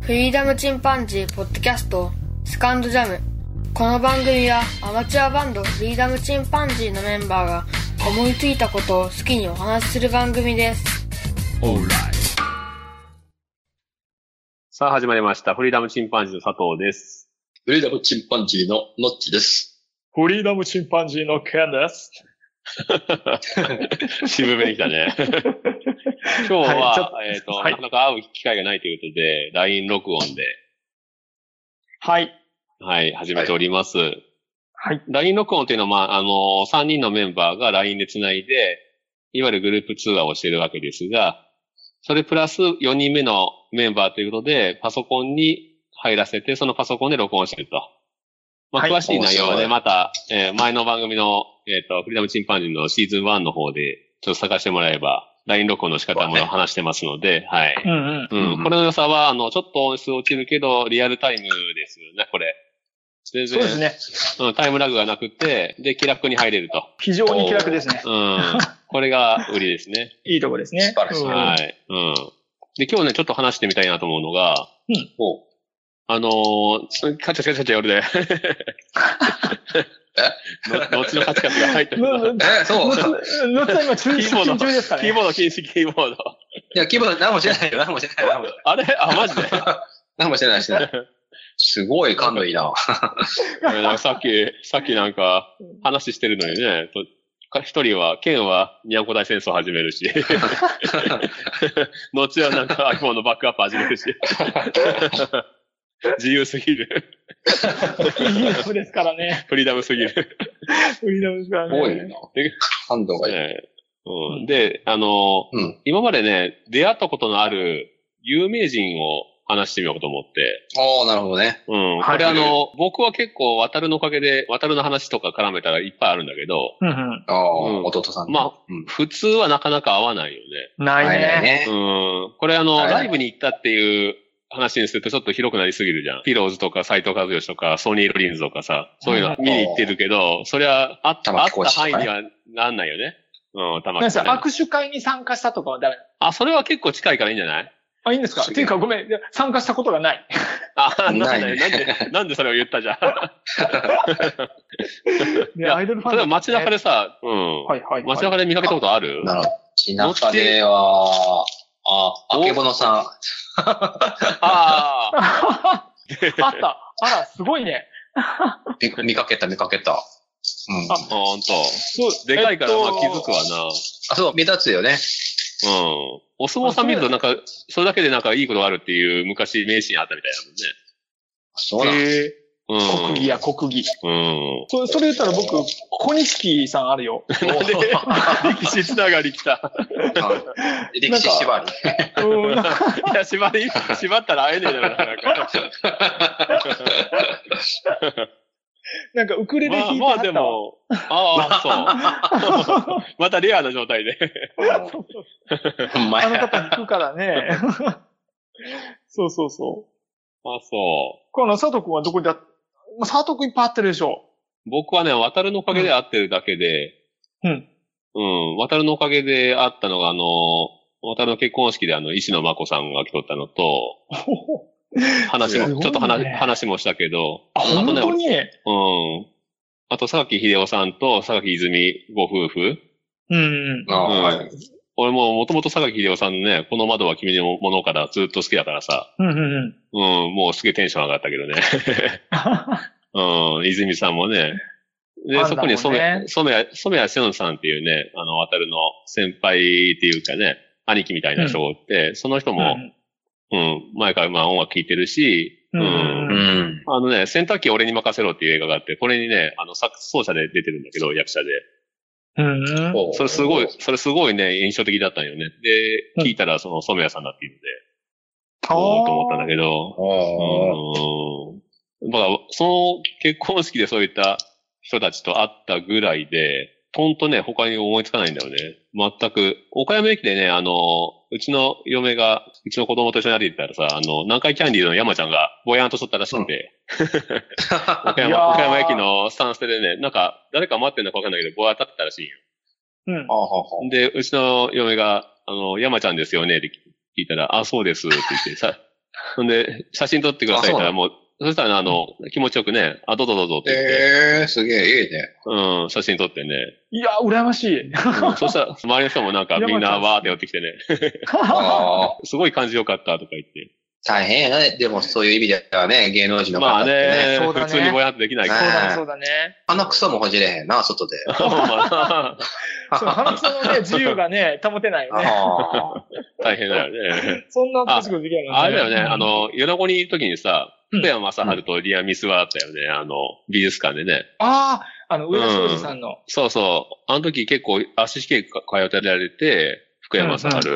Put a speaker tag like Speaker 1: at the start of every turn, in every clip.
Speaker 1: フリーダムチンパンジーポッドキャストスカンドジャムこの番組はアマチュアバンドフリーダムチンパンジーのメンバーが思いついたことを好きにお話しする番組です
Speaker 2: さあ始まりました。フリーダムチンパンジーの佐藤 です。
Speaker 3: フリーダムチンパンジーのノッチです。
Speaker 2: フリーダムチンパンジーのケンです。渋めに来た ね。今日
Speaker 4: はいちょ
Speaker 2: は
Speaker 4: っ、と
Speaker 2: えっ、と、
Speaker 4: はい
Speaker 2: なかなか会う機会がないということで、LINE 録音で、
Speaker 4: はい。
Speaker 2: はい、始めております。
Speaker 4: はい。
Speaker 2: LINE 録音っていうのは、まあ、あの、3人のメンバーが LINE で繋いで、いわゆるグループ通話をしているわけですが、それプラス4人目のメンバーということで、パソコンに入らせて、そのパソコンで録音してると。まあ、
Speaker 4: はい
Speaker 2: 詳しい内容は
Speaker 3: 面白
Speaker 2: ね、
Speaker 3: い
Speaker 2: また、えー前の番組の、えっ、と、フリーダムチンパンジーのシーズン1の方で、ちょっと探してもらえば、LINE 録音の仕方も
Speaker 3: そうね
Speaker 2: 話してますので、はい。
Speaker 4: うんう
Speaker 2: う。
Speaker 4: ん。
Speaker 3: うんん
Speaker 2: これの良さは、あの、ちょっと音質落ちるけど、リアルタイムですよね、これ。全
Speaker 4: そう
Speaker 2: 然、
Speaker 4: ですね。
Speaker 2: うん、タイムラグがなくて、で、気楽に入れると。
Speaker 4: 非常に気楽ですね。
Speaker 2: うん。これが売りですね。
Speaker 4: いいとこですね。
Speaker 3: 素晴らしい
Speaker 4: うん
Speaker 2: はい。うん。で、今日ね、ちょっと話してみたいなと思うのが、
Speaker 4: うん
Speaker 2: おあのー、カチャカチャカチャ夜で。の後のカチャカチャが入ってる。
Speaker 4: のの
Speaker 3: えー、そう。い
Speaker 4: のっちゃん今中、
Speaker 2: キーボード
Speaker 4: 中ですから
Speaker 2: キー
Speaker 4: ね。
Speaker 2: ボード禁止、キーボード。
Speaker 3: や、規模何もしてないよ、何もしてない、何もして
Speaker 2: あれあ、マジで
Speaker 3: ない。何もしてない、してない。すごい感度いいな。
Speaker 2: ごめんなんかさっき、さっきなんか話してるのにね、とか一人は、県はニャンコ大戦争始め るし、後はなんか iPhone のバックアップ始める し、自由すぎる、
Speaker 4: いいとこですからね。
Speaker 2: フリーダムすぎる。
Speaker 4: 売りなんですから
Speaker 3: す
Speaker 4: ね。
Speaker 3: ごいな。感度がいい。
Speaker 2: ねうん、で、あの、
Speaker 3: うん。
Speaker 2: 今までね、出会ったことのある有名人を話してみようかと思って、
Speaker 3: おー、なるほどね。
Speaker 2: うん、
Speaker 4: は
Speaker 2: こ
Speaker 4: い
Speaker 2: れあの、僕は結構渡るのおかげで、渡るの話とか絡めたらいっぱいあるんだけど、
Speaker 4: うんうん。
Speaker 3: あー、
Speaker 2: うん
Speaker 3: 弟さん。
Speaker 2: まあ
Speaker 3: うん。
Speaker 2: 普通はなかなか合わないよね。
Speaker 4: ない
Speaker 3: 会えない
Speaker 4: ね。
Speaker 3: ね。
Speaker 2: うん。これあの、
Speaker 3: はい
Speaker 2: ライブに行ったっていう話にするとちょっと広くなりすぎるじゃん。ピローズとか斎藤和義とかソニー・ロリンズとかさ、そういうの見に行ってるけど、そりゃあった、あ
Speaker 3: 玉
Speaker 2: っ
Speaker 3: 木浩
Speaker 2: た
Speaker 3: 二とか
Speaker 2: 範
Speaker 3: ね
Speaker 2: 囲にはなんないよね。うん、たま
Speaker 4: なんですか握手会に参加したとかはダメなの
Speaker 2: あ、それは結構近いからいいんじゃない
Speaker 4: あ、いいんですかっ
Speaker 3: すげえ
Speaker 4: ていうかごめん。いや参加したことがない。
Speaker 2: あ、なんだ
Speaker 3: ない
Speaker 2: よ。なんで、なんでそれを言ったじゃん。
Speaker 4: ね
Speaker 2: や
Speaker 4: アイドルファ
Speaker 2: 例え
Speaker 4: ン
Speaker 2: ば
Speaker 4: だね。
Speaker 2: 街中でさ、う
Speaker 4: はいはい
Speaker 2: ん。
Speaker 4: はい。
Speaker 2: 街中で見かけたことある
Speaker 3: なるほど。ちなかでは、あ、あ
Speaker 2: お
Speaker 3: けぼのさん。
Speaker 2: ああ。
Speaker 4: あった。あら、すごいね。
Speaker 3: 見見かけた、見かけた。うん。
Speaker 4: あ
Speaker 2: あほんと。
Speaker 4: そう
Speaker 2: でかいから、まあ気づく。
Speaker 4: えっと
Speaker 2: わな。
Speaker 3: あ、そう、目立つよね。
Speaker 2: うん。お相撲さん見るとなんか、それだけでなんかいいことがあるっていう昔名シーンあったみたい
Speaker 3: そうなの。
Speaker 4: え
Speaker 2: だ
Speaker 4: ー
Speaker 2: もんね。
Speaker 4: 国技や国技。
Speaker 2: うん。
Speaker 4: そそれ言ったら僕、小錦さんあるよ。
Speaker 2: うん。なんで、力士つながり来 た。
Speaker 3: はい歴史縛り。
Speaker 4: うん、なんか
Speaker 2: いや、縛り、縛ったら会えねえだろ、なかなか。
Speaker 4: なんかウクレレ
Speaker 2: まあ、
Speaker 4: 弾いて
Speaker 2: ま
Speaker 4: はっ
Speaker 2: あで
Speaker 4: たわ。
Speaker 2: も、ああ、 そう。またレアな状態で。
Speaker 4: そうそう
Speaker 3: ほんま
Speaker 4: あの
Speaker 3: や。
Speaker 4: 方弾くからね。 そうそうそう。
Speaker 2: あそ
Speaker 4: この佐藤君はどこであっ、まあ佐藤君いっぱい会ってるでしょ。
Speaker 2: う。僕はね、渡るのおかげで会ってるだけで、
Speaker 4: うん。
Speaker 2: うん、渡るのおかげで会ったのが、あの、渡るの結婚式であの、石野真子さんが来とったの と、話も、
Speaker 4: すごいね
Speaker 2: ちょっと話、話もしたけど、
Speaker 4: あ、
Speaker 2: あと
Speaker 4: 本
Speaker 2: ね
Speaker 4: 当に
Speaker 2: うん。あと、榊秀夫さんと榊泉ご夫婦。
Speaker 4: うん。
Speaker 3: あはい
Speaker 2: 俺も、もともと榊秀夫さんのね、この窓は君のものからずっと好きだからさ。
Speaker 4: うんうんうん。
Speaker 2: うん、もうすげえテンション上がったけどね。
Speaker 4: は
Speaker 2: うん、泉さんもね。で、
Speaker 4: ファン
Speaker 2: そ
Speaker 4: だも
Speaker 2: こ
Speaker 4: んね
Speaker 2: に染谷、染谷、染谷俊さんっていうね、あの、渡るの先輩っていうかね、兄貴みたいな人がおって、その人も、うん、前からまあ音楽聴いてるし、
Speaker 4: うん
Speaker 3: う
Speaker 4: うん
Speaker 3: ん。
Speaker 2: あのね、洗濯機俺に任せろっていう映画があって、これにね、あの、作奏者で出てるんだけど、役者で。
Speaker 4: うん。
Speaker 3: おう
Speaker 2: それすごい、それすごいね、印象的だったんよね。
Speaker 4: う
Speaker 2: で、
Speaker 4: ん
Speaker 2: 聞いたらその染谷さんだっていうので、
Speaker 4: あー
Speaker 2: おーと思ったんだけど、
Speaker 3: おー
Speaker 2: うん。だから、その結婚式でそういった人たちと会ったぐらいで、ほんとね、他に思いつかないんだよね。全く。岡山駅でね、あの、うちの嫁が、うちの子供と一緒に歩いてたらさ、あの、南海キャンディーズの山ちゃんがぼやんとしとったらしくて、岡
Speaker 4: いやー
Speaker 2: 山、岡山駅のスタンスでね、なんか、誰か待ってんのかわかんないけど、ぼや立ってたらしいんよ。
Speaker 4: うん
Speaker 3: あ。はは
Speaker 2: で、うちの嫁が、あの、山ちゃんですよねって聞いたら、あ、そうですって言って、さ、 ほんで、写真撮ってくださいって言ったら、
Speaker 3: あ
Speaker 2: もう、そしたらね、あの、気持ちよくね、あ、どうぞどうぞって言って、
Speaker 3: ええー、すげえ、いいね。
Speaker 2: うん、写真撮ってね。
Speaker 4: いや、羨ましい。
Speaker 2: うんそしたら、 周りの人もなんかみんなわーって寄ってきてね、
Speaker 3: ああ、
Speaker 2: すごい感じよかったとか言って。
Speaker 3: 大変やね。でもそういう意味ではね、芸能人の
Speaker 2: ま
Speaker 3: 方
Speaker 2: あ
Speaker 3: って
Speaker 2: ね
Speaker 3: ね。
Speaker 4: そうだね
Speaker 2: 普通にぼやっとできないけ
Speaker 4: そう
Speaker 2: ど。
Speaker 4: だね、そうだね。
Speaker 3: 鼻くそもほじれへんな、外 で。
Speaker 2: まあ
Speaker 4: そう、鼻くそのね、 自由がね、保てないよね。
Speaker 3: ああ。
Speaker 2: 大変だよね。
Speaker 4: そんな楽しいことできないもん
Speaker 2: あれだよね、あ、の、米子にいる時にさ、
Speaker 4: うん
Speaker 2: 福山雅治とリア・ミスはあったよね、あの、美術館でね。
Speaker 4: ああ、あの、上田昌司さんの。
Speaker 2: そうそう。あの時結構足し系通ってられて、福山雅治。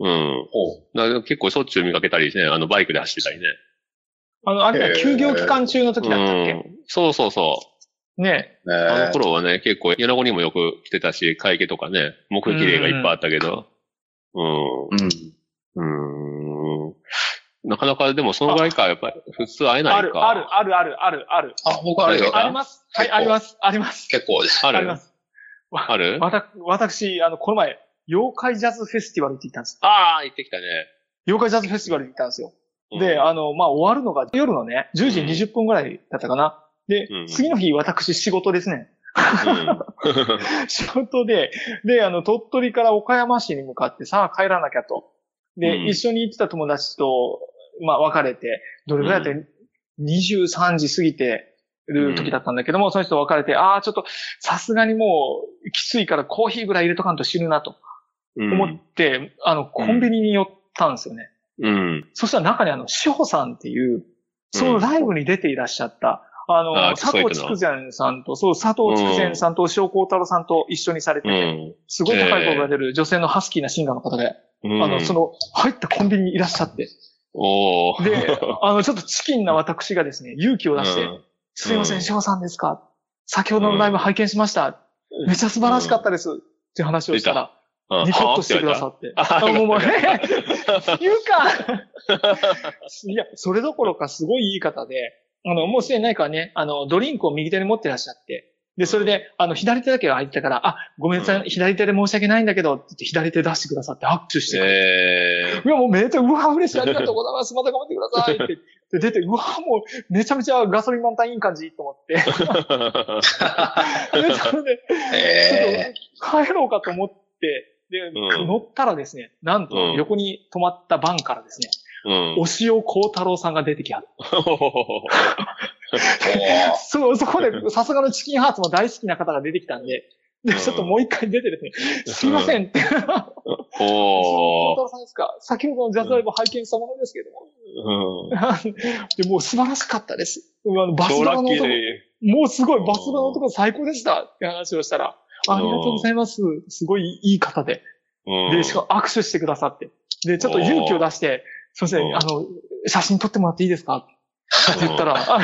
Speaker 2: うん。
Speaker 3: おう
Speaker 2: だから結構しょっちゅう見かけたりね、あの、バイクで走ってたりね。
Speaker 4: あの、あれだ、
Speaker 3: へー
Speaker 4: 休業期間中の時だったっけ
Speaker 2: うん。そうそうそう。
Speaker 4: ね。
Speaker 3: ねえ
Speaker 2: あの頃はね、結構、米子にもよく来てたし、会計とかね、目撃例がいっぱいあったけど。うん。
Speaker 3: うん。
Speaker 2: うん。なかなか、でもそのぐらいか、やっぱり、普通会えないか。
Speaker 4: ある、ある、ある、ある、ある、ある。
Speaker 3: あ、僕あるよ。
Speaker 4: あります。はい、あります。あります。
Speaker 3: 結構です。
Speaker 2: あ
Speaker 4: あり
Speaker 2: る。
Speaker 4: ます。
Speaker 2: ある
Speaker 4: わた、私、あの、この前、妖怪ジャズフェスティバルって行ったんです。
Speaker 2: ああ、行ってきたね。
Speaker 4: 妖怪ジャズフェスティバルに行ったんですよ。
Speaker 2: うん
Speaker 4: で、あの、まあ、終わるのが夜のね、10時
Speaker 2: うん
Speaker 4: 20分ぐらいだったかな。で
Speaker 2: う、ん
Speaker 4: 次の日、私、仕事ですね。
Speaker 2: うん
Speaker 4: 仕事で、で、あの、鳥取から岡山市に向かって、さあ帰らなきゃと。で、
Speaker 2: うん
Speaker 4: 一緒に行ってた友達と、まあ、別れて、どれぐらいだって、23時過ぎてる時だったんだけども、その人と別れて、ああ、ちょっと、さすがにもう、きついからコーヒーぐらい入れとかんと死ぬなと
Speaker 2: うん
Speaker 4: 思って、あの、コンビニに寄ったんですよね。
Speaker 2: うん。
Speaker 4: そしたら中にあの、志保さんっていう、そのライブに出ていらっしゃった、あの、
Speaker 2: あー
Speaker 4: 佐
Speaker 2: 聞こ
Speaker 4: 藤
Speaker 2: えたな
Speaker 4: 筑前さんと、そう、佐藤筑前さんと、塩幸太郎さんと一緒にされて
Speaker 2: う
Speaker 4: て、
Speaker 2: ん。
Speaker 4: すごい高い声が出る女性のハスキーなシンガーの方で、
Speaker 2: うん。
Speaker 4: あの、その、入ったコンビニにいらっしゃって、
Speaker 2: おー、
Speaker 4: で、あの、ちょっとチキンな私がですね、勇気を出して、
Speaker 2: うん
Speaker 4: すいませ
Speaker 2: うん
Speaker 4: ん、翔さんですか先ほどのライブ拝見しました。めちゃ素晴らしかったです。って話をしたら、
Speaker 2: あ
Speaker 4: ニコッとしてくださって。
Speaker 2: あ
Speaker 4: あ、もう、もう、
Speaker 2: よかっ
Speaker 4: え言うかいや、それどころかすごいいい方で、あの、もうすでに何かね、あの、ドリンクを右手に持ってらっしゃって、で、それで、あの、左手だけが空いてたから、あ、ごめんなさ
Speaker 2: う
Speaker 4: い、
Speaker 2: ん
Speaker 4: 左手で申し訳ないんだけど、って言って左手出してくださって握手してくれて
Speaker 2: え
Speaker 4: いや、もうめっちゃ、うわ、嬉しい、ありがとうございます、また頑張ってくださいって。 で、出て、うわ、もう、めちゃめちゃガソリン満タンいい感じと思 って。で、
Speaker 2: ー。
Speaker 4: それで、
Speaker 3: ええ
Speaker 4: 帰ろうかと思って、で、
Speaker 2: うん
Speaker 4: 乗ったらですね、なんと
Speaker 2: うん、
Speaker 4: 横に止まったバンからですね、
Speaker 2: うん。
Speaker 4: 押尾幸太郎さんが出てきはる。そう、そこで、さすがのチキンハーツも大好きな方が出てきたんで、で、
Speaker 2: うん
Speaker 4: ちょっともう一回出てですね、すいませんって、押尾幸
Speaker 2: お
Speaker 4: 太郎さんですか先ほどのジャズライブ拝見したものですけれども、
Speaker 2: ー。
Speaker 4: で、もう素晴らしかったです。うんあのバス
Speaker 2: 超
Speaker 4: ドラ
Speaker 2: ラ
Speaker 4: の
Speaker 2: ッキー
Speaker 4: 男、
Speaker 2: で。
Speaker 4: もうすごいバスドラの男最高でしたって話をしたら、
Speaker 2: うん
Speaker 4: ありがとうございます。すごいいい方で。
Speaker 2: うん
Speaker 4: で、しかも握手してくださって。で、ちょっと勇気を出して、すいませ
Speaker 2: うん
Speaker 4: ん、あの、写真撮ってもらっていいですかって言ったら、あ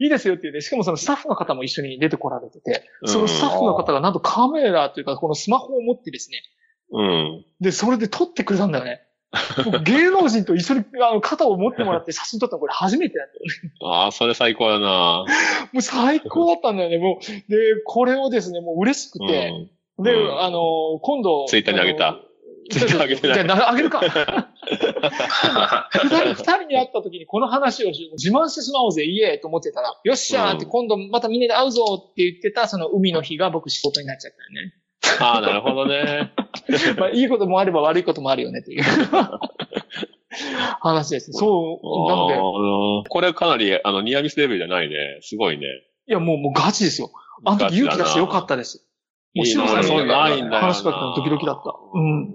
Speaker 4: いいですよって言って、しかもそのスタッフの方も一緒に出てこられてて、
Speaker 2: うん
Speaker 4: そのスタッフの方がなんとカメラというか、このスマホを持ってですね、
Speaker 2: うん。
Speaker 4: で、それで撮ってくれたんだよね。僕芸能人と一緒にあの肩を持って もらって写真撮ったのこれ初めてなんだよ
Speaker 2: ああ、それ最高だな。
Speaker 4: もう最高だったんだよね、もう。で、これをですね、もう嬉しく
Speaker 2: う
Speaker 4: て、
Speaker 2: ん。
Speaker 4: で、
Speaker 2: うん
Speaker 4: あの、今度。
Speaker 2: ツイッターにあげた
Speaker 4: の。
Speaker 2: ツイッターにあげてない
Speaker 4: じゃあな、あ げるか。二人、二人に会った時にこの話をし自慢してしまおうぜ、イエーイと思ってたら、よっしゃーって
Speaker 2: うん
Speaker 4: 今度またみんなで会うぞって言ってた、その海の日が僕仕事になっちゃったよね。
Speaker 2: ああ、なるほ どね。
Speaker 4: まあ、いいこともあれば悪いこともあるよね、という 話です。そう、なので、
Speaker 2: おーこれかなり、あの、ニアミスレベルじゃないね。すごいね。
Speaker 4: いや、もう、もうガチですよ。あの時勇気出してよかったです。もう、
Speaker 2: いい
Speaker 4: シ
Speaker 2: な
Speaker 4: ロさん
Speaker 3: 俺
Speaker 4: に
Speaker 3: そういうのないんだよな
Speaker 4: 話しかけたのドキドキだった。うん。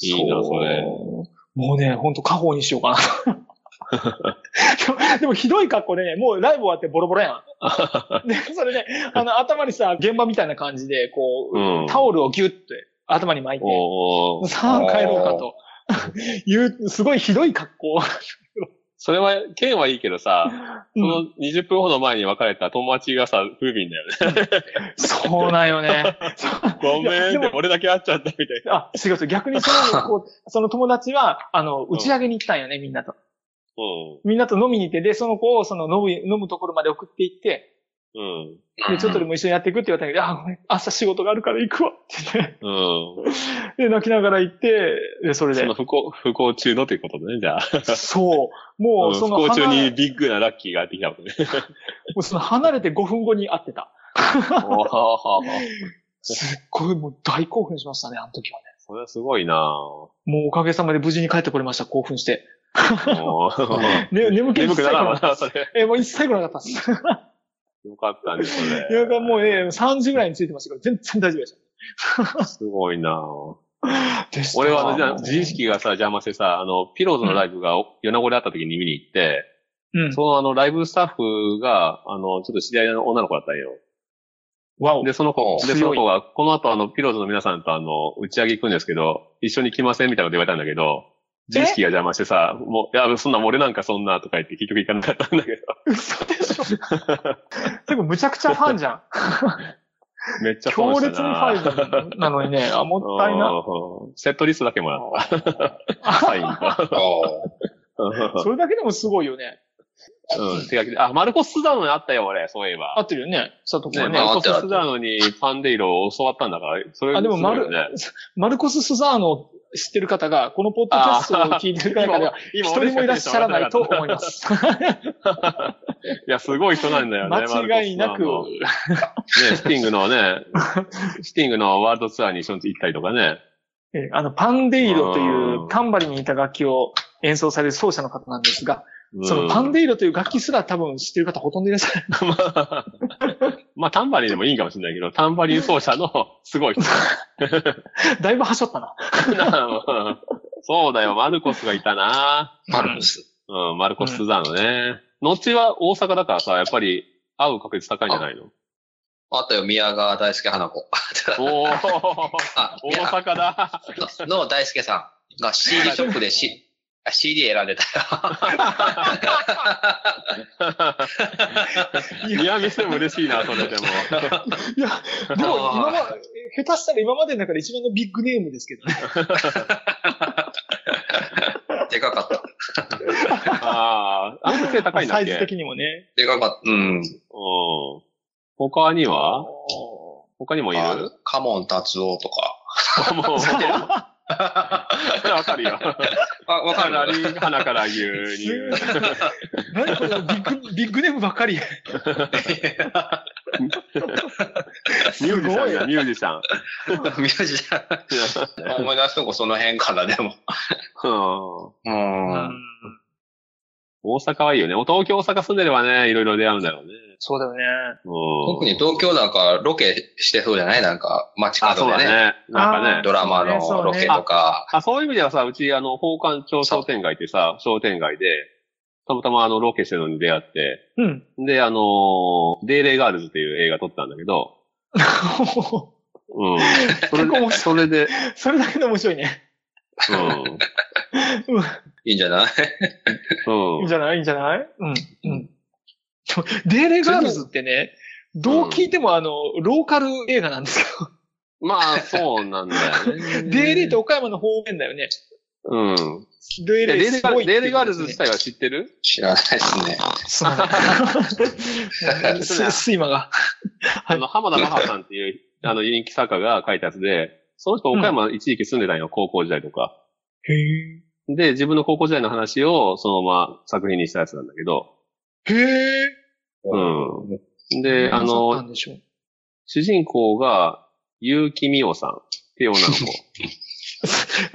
Speaker 2: いいなそれ
Speaker 4: う。もうね、ほんと、家宝にしようか な。でも、ひどい格好でね、もうライブ終わってボロボロや ん。で、それで、あの、頭にさ、現場みたいな感じで、こう、
Speaker 2: うん。
Speaker 4: タオルをギュッて頭に巻いて、
Speaker 2: おー
Speaker 4: さあ帰ろうかと。いう、すごいひどい格好。
Speaker 2: それは、剣はいいけどさ、その20分ほど前に別れた友達がさ、不憫だよね。
Speaker 4: そうなん よね。
Speaker 2: ごめん
Speaker 4: で
Speaker 2: っ
Speaker 4: も
Speaker 2: て、俺だけ会っちゃったみたいな。
Speaker 4: あ、違う違う。逆にその、こうその友達は、あの、打ち上げに行ったんよね、みんなと。
Speaker 2: うん。
Speaker 4: みんなと飲みに行って、で、その子をその飲む、飲むところまで送って行って、
Speaker 2: うん。
Speaker 4: で、ちょっとでも一緒にやっていくって言われたんだけど、あ、ごめん、朝仕事があるから行くわって言って、
Speaker 2: うん。
Speaker 4: で、泣きながら行って、で、それ
Speaker 2: そ
Speaker 4: で
Speaker 2: の。不幸、不幸中のということね、じゃあ。
Speaker 4: そう。
Speaker 2: う
Speaker 4: もうんそ
Speaker 2: 不
Speaker 4: の
Speaker 2: 幸中
Speaker 4: 離れ、
Speaker 2: に
Speaker 4: も
Speaker 2: ビッグなラッキーがやってきた ことね。
Speaker 4: うその離れて5分後に会ってた。
Speaker 2: おははは
Speaker 4: すっごいもう大興奮しましたね、あの時はね。
Speaker 2: それはすごいなぁ。
Speaker 4: もうおかげさまで無事に帰ってこれました、興奮して。
Speaker 2: もう
Speaker 4: ね、 眠気一
Speaker 2: 眠く
Speaker 4: 切来
Speaker 2: ならん
Speaker 4: な
Speaker 2: わ
Speaker 4: か
Speaker 2: な、
Speaker 4: った。
Speaker 2: それ。
Speaker 4: え、もう一切来なかっ たです。
Speaker 2: よかったね、そ
Speaker 4: いや、
Speaker 2: れ。
Speaker 4: もうえ、3時ぐらいに着いてましたから、全然大丈夫でし
Speaker 2: すごいなぁ。
Speaker 4: た。でした
Speaker 2: 俺はあのじゃあ、
Speaker 4: もう
Speaker 2: 自意識がさ、邪魔してさ、あの、ピローズのライブが米子であった時に見に行って、
Speaker 4: うん。
Speaker 2: そのあの、ライブスタッフが、あの、ちょっと知り合いの女の子だったんよ。
Speaker 4: わお。
Speaker 2: で、その子、で、
Speaker 4: 強い
Speaker 2: その子が、この後あの、ピローズの皆さんとあの、打ち上げ行くんですけど、一緒に来ませんみたいなこと言われたんだけど、自意識が邪魔してさ、もう、いや、そんな、俺なんかそんな、とか言って結局行かなかったんだけ ど、
Speaker 4: 嘘でしょ。結構むちゃくちゃファンじゃん。
Speaker 2: めっちゃ損
Speaker 4: 強
Speaker 2: した
Speaker 4: 烈
Speaker 2: な
Speaker 4: にファイブなのにね、あ、もったいな。
Speaker 2: うんセットリストだけもらった。 サインが。
Speaker 4: それだけでもすごいよね。
Speaker 2: うん、手書きで。あ、マルコス・スダノにあったよ、俺、そういえば。
Speaker 4: 合ってるよね。佐藤
Speaker 2: ね、
Speaker 4: 君
Speaker 3: ま
Speaker 2: マ
Speaker 4: は
Speaker 3: あ
Speaker 2: ル
Speaker 4: ね。
Speaker 2: コス・スダーノにパンデイロを教わったんだから、それ
Speaker 4: あ、でも
Speaker 2: すご
Speaker 4: マ
Speaker 2: い
Speaker 4: ル
Speaker 2: よね、
Speaker 4: マルコス・スザーノを知ってる方が、このポッドキャストを聞いてる方では、一人もいらっしゃらないと思いま。
Speaker 2: 今俺しかテンション上がんなかっ
Speaker 4: す。
Speaker 2: たいや、す ごい人なんだよね。
Speaker 4: 間違いなく、
Speaker 2: マルコススダーノね、スティングの ね、スティングのワールドツアーに一緒に行ったりとかね。
Speaker 4: えあの、パンデイロといううんタンバリンにいた楽器を演奏される奏者の方なんですが、
Speaker 2: うん
Speaker 4: そのパンデイロという楽器すら多分知ってる方ほとんどいらっしゃらない。
Speaker 2: まあ、 まあ、タンバリンでもいいかもしれないけど、タンバリン奏者のすごい人。
Speaker 4: だいぶはしょったな。
Speaker 2: なそうだよ、マルコスがいたな。
Speaker 3: パルムス。
Speaker 2: うん、マルコス・スザーノね。後は大阪だからさ、やっぱり会う確率高いんじゃないの
Speaker 3: あったよ、宮川大輔花子。
Speaker 2: おお
Speaker 3: あ
Speaker 2: 大阪だ。
Speaker 3: の大輔さんが CD ショップでしあ CD 選んでた
Speaker 2: 宮見せも嬉しいな、そ れでも。
Speaker 4: いや、でも今ま、下手したら今までの中で一番のビッグネームですけどね。
Speaker 3: よ。でかかった。
Speaker 2: ああ、あの背高いんだ
Speaker 4: サ
Speaker 2: っ
Speaker 4: イズ
Speaker 2: けうん。
Speaker 4: 的にもね。
Speaker 3: でかかった。うん。
Speaker 2: 他には他にもい
Speaker 3: あ
Speaker 2: る
Speaker 3: カモン達夫とか。
Speaker 2: もう、わかるよ。
Speaker 3: あ、わ
Speaker 2: かな
Speaker 3: る。
Speaker 2: り鼻から牛乳。
Speaker 4: 何このビッグ、ビッグネームばっかり。
Speaker 2: ミュージシャンだ、ミュージシャン。
Speaker 3: 宮地じゃん。思い出すとこその辺かな、でも。
Speaker 2: うん
Speaker 3: う。
Speaker 4: うん
Speaker 2: 大阪はいいよね。東京、大阪住んでればね、いろいろ出会うんだろうね。
Speaker 4: そうだよね。
Speaker 2: 特
Speaker 3: 特に東京なんかロケしてそうじゃないなんか街
Speaker 2: あ、
Speaker 3: 角
Speaker 2: そう
Speaker 3: で
Speaker 2: だ
Speaker 3: ね。
Speaker 2: ね。なんかね。
Speaker 3: ドラマの
Speaker 4: そうね
Speaker 3: ロケとか。
Speaker 2: あ、そういう意味ではさ、うち、あの、宝冠町商店街ってさ、商店街で、たまたまあの、ロケしてるのに出会って、
Speaker 4: うん。
Speaker 2: で、あのーデイレイガールズっていう映画撮ったんだけど、うん。それ
Speaker 4: 結構
Speaker 2: で、
Speaker 4: 面白い
Speaker 2: それで、
Speaker 4: それだけで面白いね。
Speaker 2: うん。
Speaker 3: いいんじゃない
Speaker 4: いい
Speaker 2: うんん。
Speaker 4: じゃないいいんじゃないうん。うん。デーレガールズってね、どう聞いてもあの、ローカル映画なんですけ
Speaker 2: まあ、そうなんだよね。
Speaker 4: ど、デーレイって岡山の方面だよね。
Speaker 2: うん。
Speaker 4: デ
Speaker 2: い
Speaker 4: ー
Speaker 2: や
Speaker 4: レ
Speaker 2: デ
Speaker 4: イ
Speaker 2: イレイ
Speaker 4: す
Speaker 2: ガー
Speaker 4: ご
Speaker 2: ル
Speaker 4: い
Speaker 2: ズ、
Speaker 4: って
Speaker 2: デイレ
Speaker 4: いう
Speaker 2: イ
Speaker 4: こ
Speaker 2: ガー
Speaker 4: と
Speaker 2: ル
Speaker 4: です
Speaker 2: ズ
Speaker 4: ね
Speaker 2: 自体は知ってる
Speaker 3: 知らないですね。
Speaker 4: すまない すすいまが。は
Speaker 2: あ
Speaker 4: い
Speaker 2: の、浜田マハさんっていう、あの、人気作家が書いたやつで、その人岡山一時期住んでたんよ、高校時代とか。
Speaker 4: へえ。
Speaker 2: で、自分の高校時代の話をそのまま作品にしたやつなんだけど、
Speaker 4: へえ。
Speaker 2: うん。で、あ
Speaker 4: そうな
Speaker 2: の、
Speaker 4: んでしょう
Speaker 2: 主人公が、結城美桜さんっていう女の子。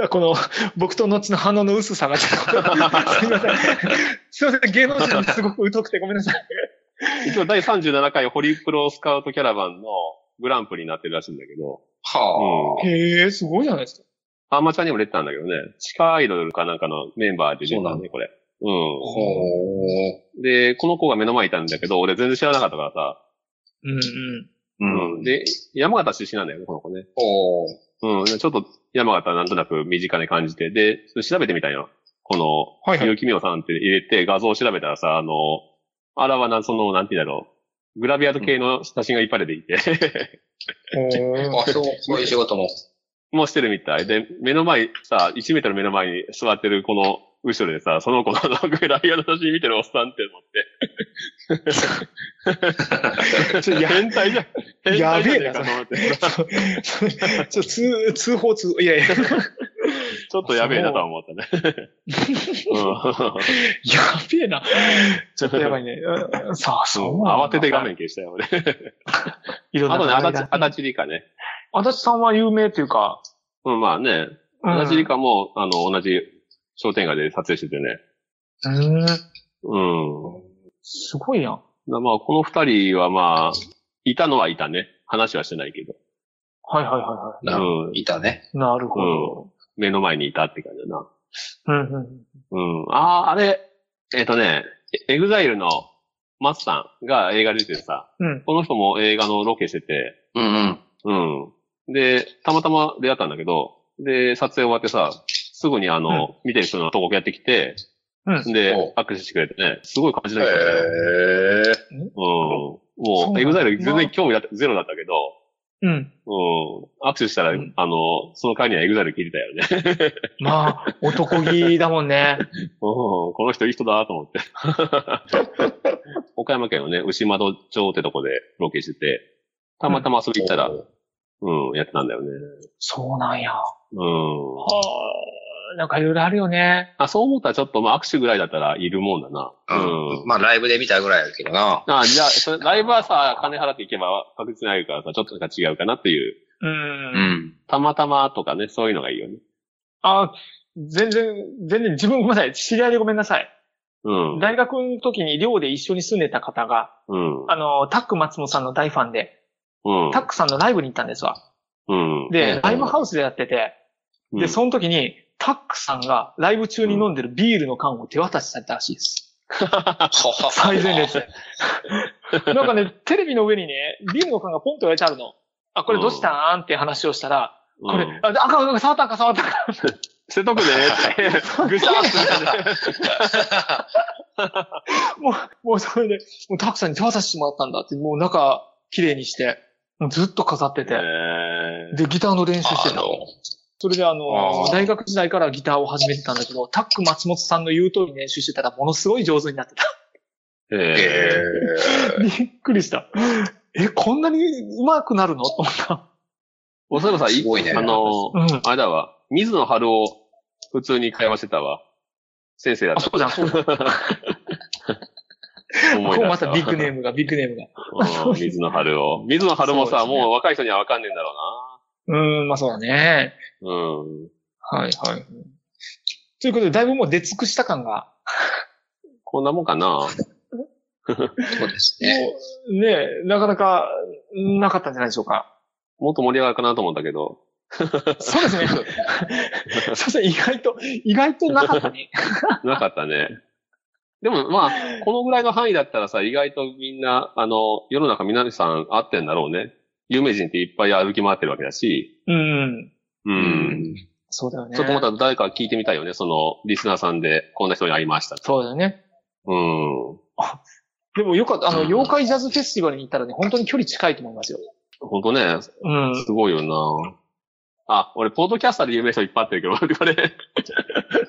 Speaker 4: あこの、僕とノッチの反応の薄さがちょ っと。すいません。すいません。芸能人にすごく疎くてごめんなさい。
Speaker 2: 一応第37回ホリプロスカウトキャラバンのグランプリになってるらしいんだけど、
Speaker 3: はあ。
Speaker 4: へえ、すごいじゃないですか。
Speaker 2: アマチュアにも出てたんだけどね、地下アイドルかなんかのメンバーで出て
Speaker 3: そう
Speaker 2: た
Speaker 3: なんん
Speaker 2: ね、これ。う
Speaker 3: ほう。
Speaker 2: ん。で、この子が目の前にいたんだけど、俺全然知らなかったからさ、
Speaker 4: うんうん。
Speaker 3: う
Speaker 2: うん。
Speaker 3: ん。
Speaker 2: で、山形出身なんだよね、この子ね。
Speaker 3: ほう。
Speaker 2: うん、ちょっと山形なんとなく身近に感じて、で、調べてみたんよ。この、
Speaker 4: はいはい
Speaker 2: ゆきみおさんって入れて画像を調べたらさ、あの、あらわな、その、なんて言うんだろう。グラビアート系の写真がいっぱい出ていて、
Speaker 3: あ、そう、そういう仕事も。
Speaker 2: もうしてるみたい。で、目の前、さ、1メートル目の前に座ってるこの後ろでさ、その子のあのグラビアの写真見てるおっさんって思って。
Speaker 4: ちょっとや
Speaker 2: 変態じゃん。変態じゃ
Speaker 4: やべえ
Speaker 2: ね
Speaker 4: な
Speaker 2: かと思って
Speaker 4: そうそう ちょっと通、通報通、いやい や、
Speaker 2: ちょっとやべえなとは思ったね。
Speaker 4: やべえな。 ちょっとやばいね。うんさあ、
Speaker 2: う
Speaker 4: そ
Speaker 2: ん、
Speaker 4: うな
Speaker 2: 慌
Speaker 4: んだ
Speaker 2: てて画面消したよ、俺。
Speaker 4: いろんな
Speaker 2: あとね、足
Speaker 4: 課題
Speaker 2: 立
Speaker 4: が、
Speaker 2: 足立理科ね。
Speaker 4: 足立さんは有名というか、
Speaker 2: うん、まあね、
Speaker 4: うん
Speaker 2: 足立理科も、あの、同じ商店街で撮影しててね。
Speaker 4: うん
Speaker 2: うん。
Speaker 4: すごいやん。
Speaker 2: だまあ、この二人はまあ、いたのはいたね。話はしてないけど。
Speaker 4: はいはいはいは
Speaker 3: な
Speaker 2: うん
Speaker 3: いたね。
Speaker 4: い。なるほど。
Speaker 2: 目の前にいたって感じだな。
Speaker 4: うんうん
Speaker 2: うん。ああ、あれ、えっ、とね、エグザイルの松さんが映画出てさ、
Speaker 4: うん。
Speaker 2: この人も映画のロケしてて、
Speaker 3: うんうん。
Speaker 2: うん。で、たまたま出会ったんだけど、で、撮影終わってさ、すぐにあの、
Speaker 4: うん
Speaker 2: 見てる人のとこやってきて、
Speaker 4: うん
Speaker 2: で
Speaker 3: お、
Speaker 2: 握手してくれてね、すごい感じ
Speaker 3: へ
Speaker 2: だった
Speaker 3: え。
Speaker 2: ね。うん。
Speaker 4: そう
Speaker 2: もう、
Speaker 4: なんだ
Speaker 2: エグザイル全然興味だゼロだったけど、
Speaker 4: うん。
Speaker 2: うん。握手したら、
Speaker 4: うん
Speaker 2: あの、その間にはエグザイル聞いてたよね。
Speaker 4: まあ、男気だもんね。
Speaker 2: うん。この人いい人だと思って。 岡山県のね、牛窓町ってとこでロケしてて、たまたま遊び行ったら、うん、やってたんだよね。
Speaker 4: そうなんや。
Speaker 2: うん。
Speaker 4: はあ、なんかいろいろあるよね。
Speaker 2: あ、そう思ったらちょっと、まあ、握手ぐらいだったらいるもんだな。
Speaker 3: うん。まあ、ライブで見たぐらいやけどな。
Speaker 2: あ、じゃあ、それライブはさ、金払っていけば確実に会えるからさ、ちょっとなんか違うかなっていう、
Speaker 4: う。
Speaker 3: うんん。
Speaker 2: たまたまとかね、そういうのがいいよね。
Speaker 4: あ、全然、全然自分ごめんなさい。知り合いでごめんなさい。
Speaker 2: うん。
Speaker 4: 大学の時に寮で一緒に住んでた方が、
Speaker 2: うん。
Speaker 4: あの、タック松本さんの大ファンで、
Speaker 2: うん
Speaker 4: タックさんのライブに行ったんですわ。
Speaker 2: うん。
Speaker 3: う
Speaker 4: で
Speaker 3: ん、
Speaker 4: ライブハウスでやってて、
Speaker 2: う
Speaker 4: で、
Speaker 2: ん
Speaker 4: その時に、タックさんがライブ中に飲んでるビールの缶を手渡しされたらしいです。 最前列で。なんかね、テレビの上にね、ビールの缶がポンと置いてあるの。あ、これどうしたんって話をしたら、
Speaker 2: うん
Speaker 4: これ、あ、あかんあかん、触ったんか、触ったんか。
Speaker 2: 捨てとくね って、ぐしゃーってね。
Speaker 4: もう、もうそれで、もうタックさんに手渡してもらったんだって、もう中、綺麗にして、もうずっと飾ってて、
Speaker 2: え
Speaker 4: で、ギターの練習して
Speaker 3: あ
Speaker 4: た
Speaker 3: の。、
Speaker 4: それであの
Speaker 3: あ、ー
Speaker 4: 大学時代からギターを始めてたんだけど、タック松本さんの言う通り練習してたらものすごい上手になってた。
Speaker 2: ー
Speaker 3: へえ
Speaker 2: え。
Speaker 4: びっくりした。え、こんなに上手くなるのと思った。
Speaker 2: おそらくさ、
Speaker 3: すごいね
Speaker 2: あの、
Speaker 4: うん。
Speaker 2: あれだわ、水野春を普通に会話してたわ。先生だっ
Speaker 4: あ、
Speaker 2: た
Speaker 4: そうじゃん、そうじゃん。
Speaker 2: 思
Speaker 4: こ
Speaker 2: い出した
Speaker 4: う
Speaker 2: わ
Speaker 4: またビッグネームが、ビッグネームが。
Speaker 2: うん水野春を。水野春もさ、
Speaker 4: そうですね
Speaker 2: もう若い人にはわかんねえんだろ
Speaker 4: うん、まあそうだね。
Speaker 2: うな。うん。
Speaker 4: はい、はい。ということで、だいぶもう出尽くした感が、
Speaker 2: こんなもんかな。
Speaker 3: そうです
Speaker 4: も
Speaker 3: ね。
Speaker 4: うね、なかなか、なかったんじゃないでしょうか。
Speaker 2: もっと盛り上がるかなと思うんだけど。
Speaker 4: そうです ね。そうですね、意外と、意外となかったね。
Speaker 2: なかったね。でもまあ、このぐらいの範囲だったらさ、意外とみんな、あの、世の中皆さん会ってんだろうね。有名人っていっぱい歩き回ってるわけだし。
Speaker 4: うん。
Speaker 2: う。。
Speaker 3: うん
Speaker 4: そうだよね。
Speaker 2: ちょっとまた誰か聞いてみたいよね。その、リスナーさんで、こんな人に会いました。
Speaker 4: そうだよね。
Speaker 2: うん。
Speaker 4: でもよかった。あの、
Speaker 3: うん
Speaker 4: 妖怪ジャズフェスティバルに行ったらね、本当に距離近いと思いますよ。
Speaker 2: ほんとね、す
Speaker 4: うん。
Speaker 2: ごいよな。あ、俺、ポッドキャスターで有名人いっぱいあってるけど、 これ。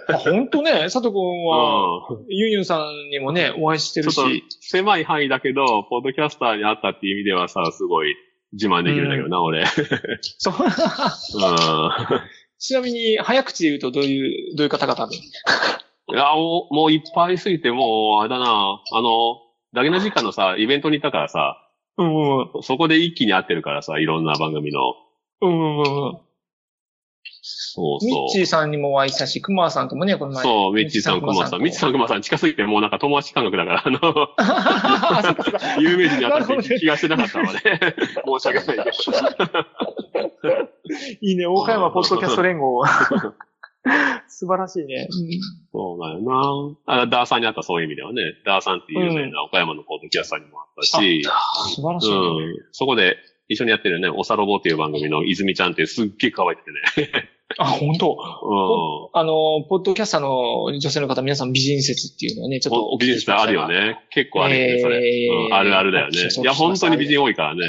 Speaker 4: あ本当ね、佐藤君は、
Speaker 2: うん
Speaker 4: ユンユンさんにもね、お会いして
Speaker 2: ちょ
Speaker 4: る
Speaker 2: っと
Speaker 4: し、、
Speaker 2: 狭い範囲だけど、ポッドキャスターに会ったっていう意味ではさ、すごい自慢できるんだけどな、俺。
Speaker 4: そう
Speaker 2: う
Speaker 4: ちなみに、早口で言うとどういう、どういう方々で
Speaker 2: ん。いや、もうもういっぱいすぎて、もう、あれだな、あの、ダゲナ時間のさ、イベントにいたからさ、
Speaker 4: うんうんうん。
Speaker 2: そこで一気に会ってるからさ、いろんな番組の。
Speaker 4: うんうんうん。
Speaker 2: そう
Speaker 4: ミ
Speaker 2: そう
Speaker 4: ッ。チーさんにもお会いしたし、クマさんともね、この前。
Speaker 2: そう、ミッチーさん、クマさん。ミッチーさん、
Speaker 4: と
Speaker 2: クマさん近すぎて、もうなんか友達感覚だから、あ の、
Speaker 4: あそっかそっか
Speaker 2: 有名人に当た
Speaker 4: なるほ
Speaker 2: っ
Speaker 4: ど
Speaker 2: て
Speaker 4: ね
Speaker 2: 気がしてなかったわね。 申し訳ないけど。
Speaker 4: いいね、岡山ポッドキャスト連合。 素晴らしいね。
Speaker 2: そうだよな。あ、ダーさんにあったそういう意味ではね、ダーさんっていう有名な岡山のポードキャスターにもあったし、
Speaker 4: 素晴らしい、ね
Speaker 2: うん。そこで一緒にやってるね、おさろぼっていう番組の泉ちゃんってすっげえ可愛くてね。
Speaker 4: あ、本当
Speaker 2: うん。
Speaker 4: あの、ポッドキャスターの女性の方、皆さん美人説っていうのをね、ちょっと
Speaker 2: お美人ってあるよ。ね。結構あるよね、それ。
Speaker 4: えー
Speaker 2: うん、あるあるだよね。いや、本当に美。
Speaker 4: そうそうそう
Speaker 2: 人多いからね。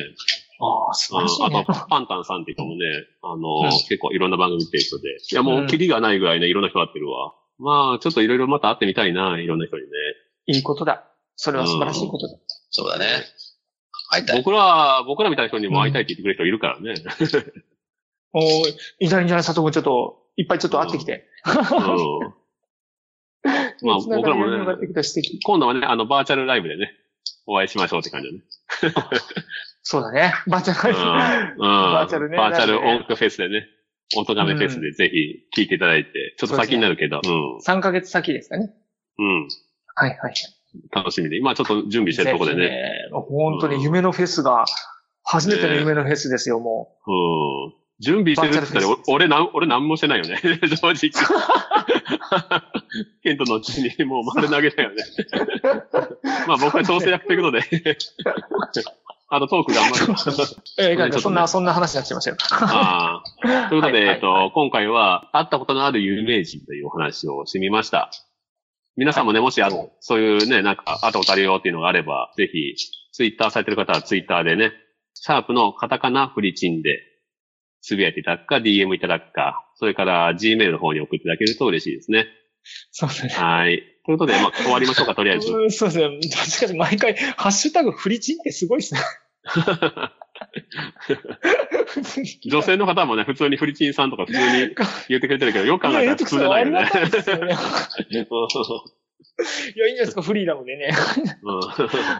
Speaker 4: ああ、素
Speaker 2: う
Speaker 4: 晴
Speaker 2: ん、
Speaker 4: らしい
Speaker 2: あ
Speaker 4: ね。
Speaker 2: と、パンタンさんって人もね、あ
Speaker 4: うん
Speaker 2: の、結構いろんな番組っていう人で。いや、も
Speaker 4: うん
Speaker 2: う、キリがないぐらいね、いろんな人会ってるわ。まあ、ちょっといろいろまた会ってみたいな、いろんな人にね。
Speaker 4: いいことだ。それは素晴らしいことだ。
Speaker 3: そうだね。会いたい。
Speaker 2: 僕ら、僕らみたいな人にも会いたいって言ってくれる人いるからね。
Speaker 4: おーいいんじゃないいいんじゃない佐藤君ちょっと、いっぱいちょっと会ってきて。
Speaker 2: うん。まあ
Speaker 4: つな
Speaker 2: 僕ら
Speaker 4: がりが
Speaker 2: も
Speaker 4: 広がって
Speaker 2: ね、
Speaker 4: きた指摘。
Speaker 2: 今度はね、あの、バーチャルライブでね、お会いしましょうって感 じだね。
Speaker 4: そうだね。バーチャルライブ。
Speaker 2: うん。
Speaker 4: バーチャルね
Speaker 2: バーチャル
Speaker 4: ライブね
Speaker 2: 音楽フェスでね、音がめフェスでぜひ聞いていただいて、ちょっと先になるけど、う
Speaker 4: 3ヶ月先ですかね。
Speaker 2: ん。うん。
Speaker 4: はいはいはい。
Speaker 2: 楽しみで。今ちょっと準備してるとこで
Speaker 4: ぜひ
Speaker 2: ね。。
Speaker 4: 本当に夢のフェスが、初めての夢のフェスですよ、も
Speaker 2: うん。準備してるって言ったら
Speaker 4: バーチャルフェ、
Speaker 2: お俺なん、俺なんもしてないよね。 正直。ケントのうちにもう丸投げだよね。 まあ僕は調整役ということで。 あとトークがあんまり。
Speaker 4: う。えー、いかんいかん
Speaker 2: ちょ
Speaker 4: そ
Speaker 2: っと
Speaker 4: ん
Speaker 2: ね
Speaker 4: な、そんな話になっちゃいましたよ。
Speaker 2: ああ。ということで、
Speaker 4: はいはい
Speaker 2: えっと、今回は、会ったことのある有名人というお話をしてみました。皆さんもね、もしあ、そういうね、なんか、会ったことあるよっていうのがあれば、ぜひ、ツイッターされてる方はツイッターでね、シャープのカタカナフリチンで、つぶやいていただくか、DM いただくか、それから、Gmail の方に送っていただけると嬉しいですね。
Speaker 4: そうですね。
Speaker 2: はい。ということで、まあ、終わりましょうか、とりあえず。
Speaker 4: うんそうですね。確かに毎回、ハッシュタグフリチンってすごいで すね。
Speaker 2: 女性の方もね、普通にフリチンさんとか普通に言ってくれてるけど、よく考えた
Speaker 4: いや、
Speaker 2: ら普
Speaker 4: よく
Speaker 2: 通じ
Speaker 4: そ
Speaker 2: ゃ
Speaker 4: れ
Speaker 2: な
Speaker 4: あ
Speaker 2: いよ
Speaker 4: りが
Speaker 2: ね。
Speaker 4: たいですよね。 いや、いいんじゃないですか、フリーダムで
Speaker 2: うん
Speaker 4: ね。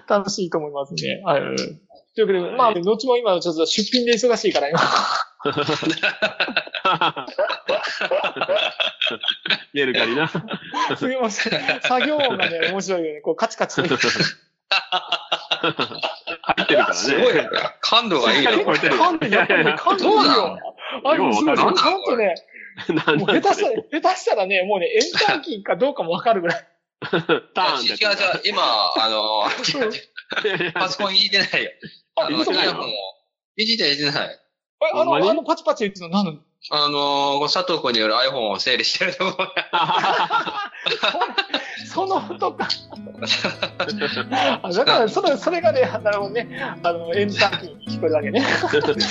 Speaker 4: 楽しいと思いますね。はい。というわけ
Speaker 2: は
Speaker 4: で、
Speaker 2: い
Speaker 4: まあ、どっちも今、ちょっと出品で忙しいから、今。
Speaker 2: メルカリな。
Speaker 4: すみません。作業音がね、面白いよね。こう、カチカチと。
Speaker 2: 入ってるからね。
Speaker 3: すごいね。感度がいいな。
Speaker 2: しっかりこれ
Speaker 4: 噛んでやっぱりね、噛んでる
Speaker 3: どうなの
Speaker 4: よ。あの、すごい。
Speaker 2: ようわかる
Speaker 4: 噛んとね、
Speaker 2: なん
Speaker 4: もう
Speaker 2: なん
Speaker 4: 下手したら、下手したらね、もうね、エンターキーかどうかもわかるぐらい。
Speaker 2: ターン
Speaker 3: 違う違う
Speaker 2: ってやつ。
Speaker 3: 今、あの、違う違うパソコンいじってないよ。あの、
Speaker 2: いじ
Speaker 3: イ
Speaker 2: ってないの
Speaker 3: ヤホンを。いじってないいじってない。
Speaker 4: ああ
Speaker 2: ほんまに
Speaker 4: の、あのパチパチ言っての何の
Speaker 3: あの、佐藤君による iPhone を整理してるところ
Speaker 4: その音か。あだから、その、それがね、なるほどね。あの、エンターキーに聞こえるわけね。なるほどね。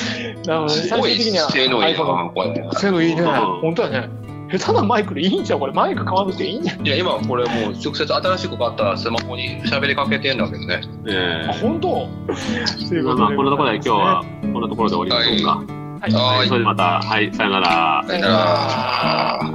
Speaker 3: すごい性能いいな、
Speaker 4: iPhone
Speaker 3: これ。
Speaker 4: セロいいね。
Speaker 2: うん
Speaker 4: 本当だね。下手なマイクでいいんじゃん、これ。マイク買わなくていいんじゃん。
Speaker 3: いや、今これもう直接新しく買ったスマホに喋りかけてんだけどね。
Speaker 2: え
Speaker 4: あ、本当 とい
Speaker 2: え
Speaker 4: う
Speaker 2: まあ
Speaker 4: と
Speaker 2: まあ、こんなところで今日は、こんなところで終わりましょうか。
Speaker 4: はい。
Speaker 2: はい、それではまた、はい、さよなら。
Speaker 3: さよなら。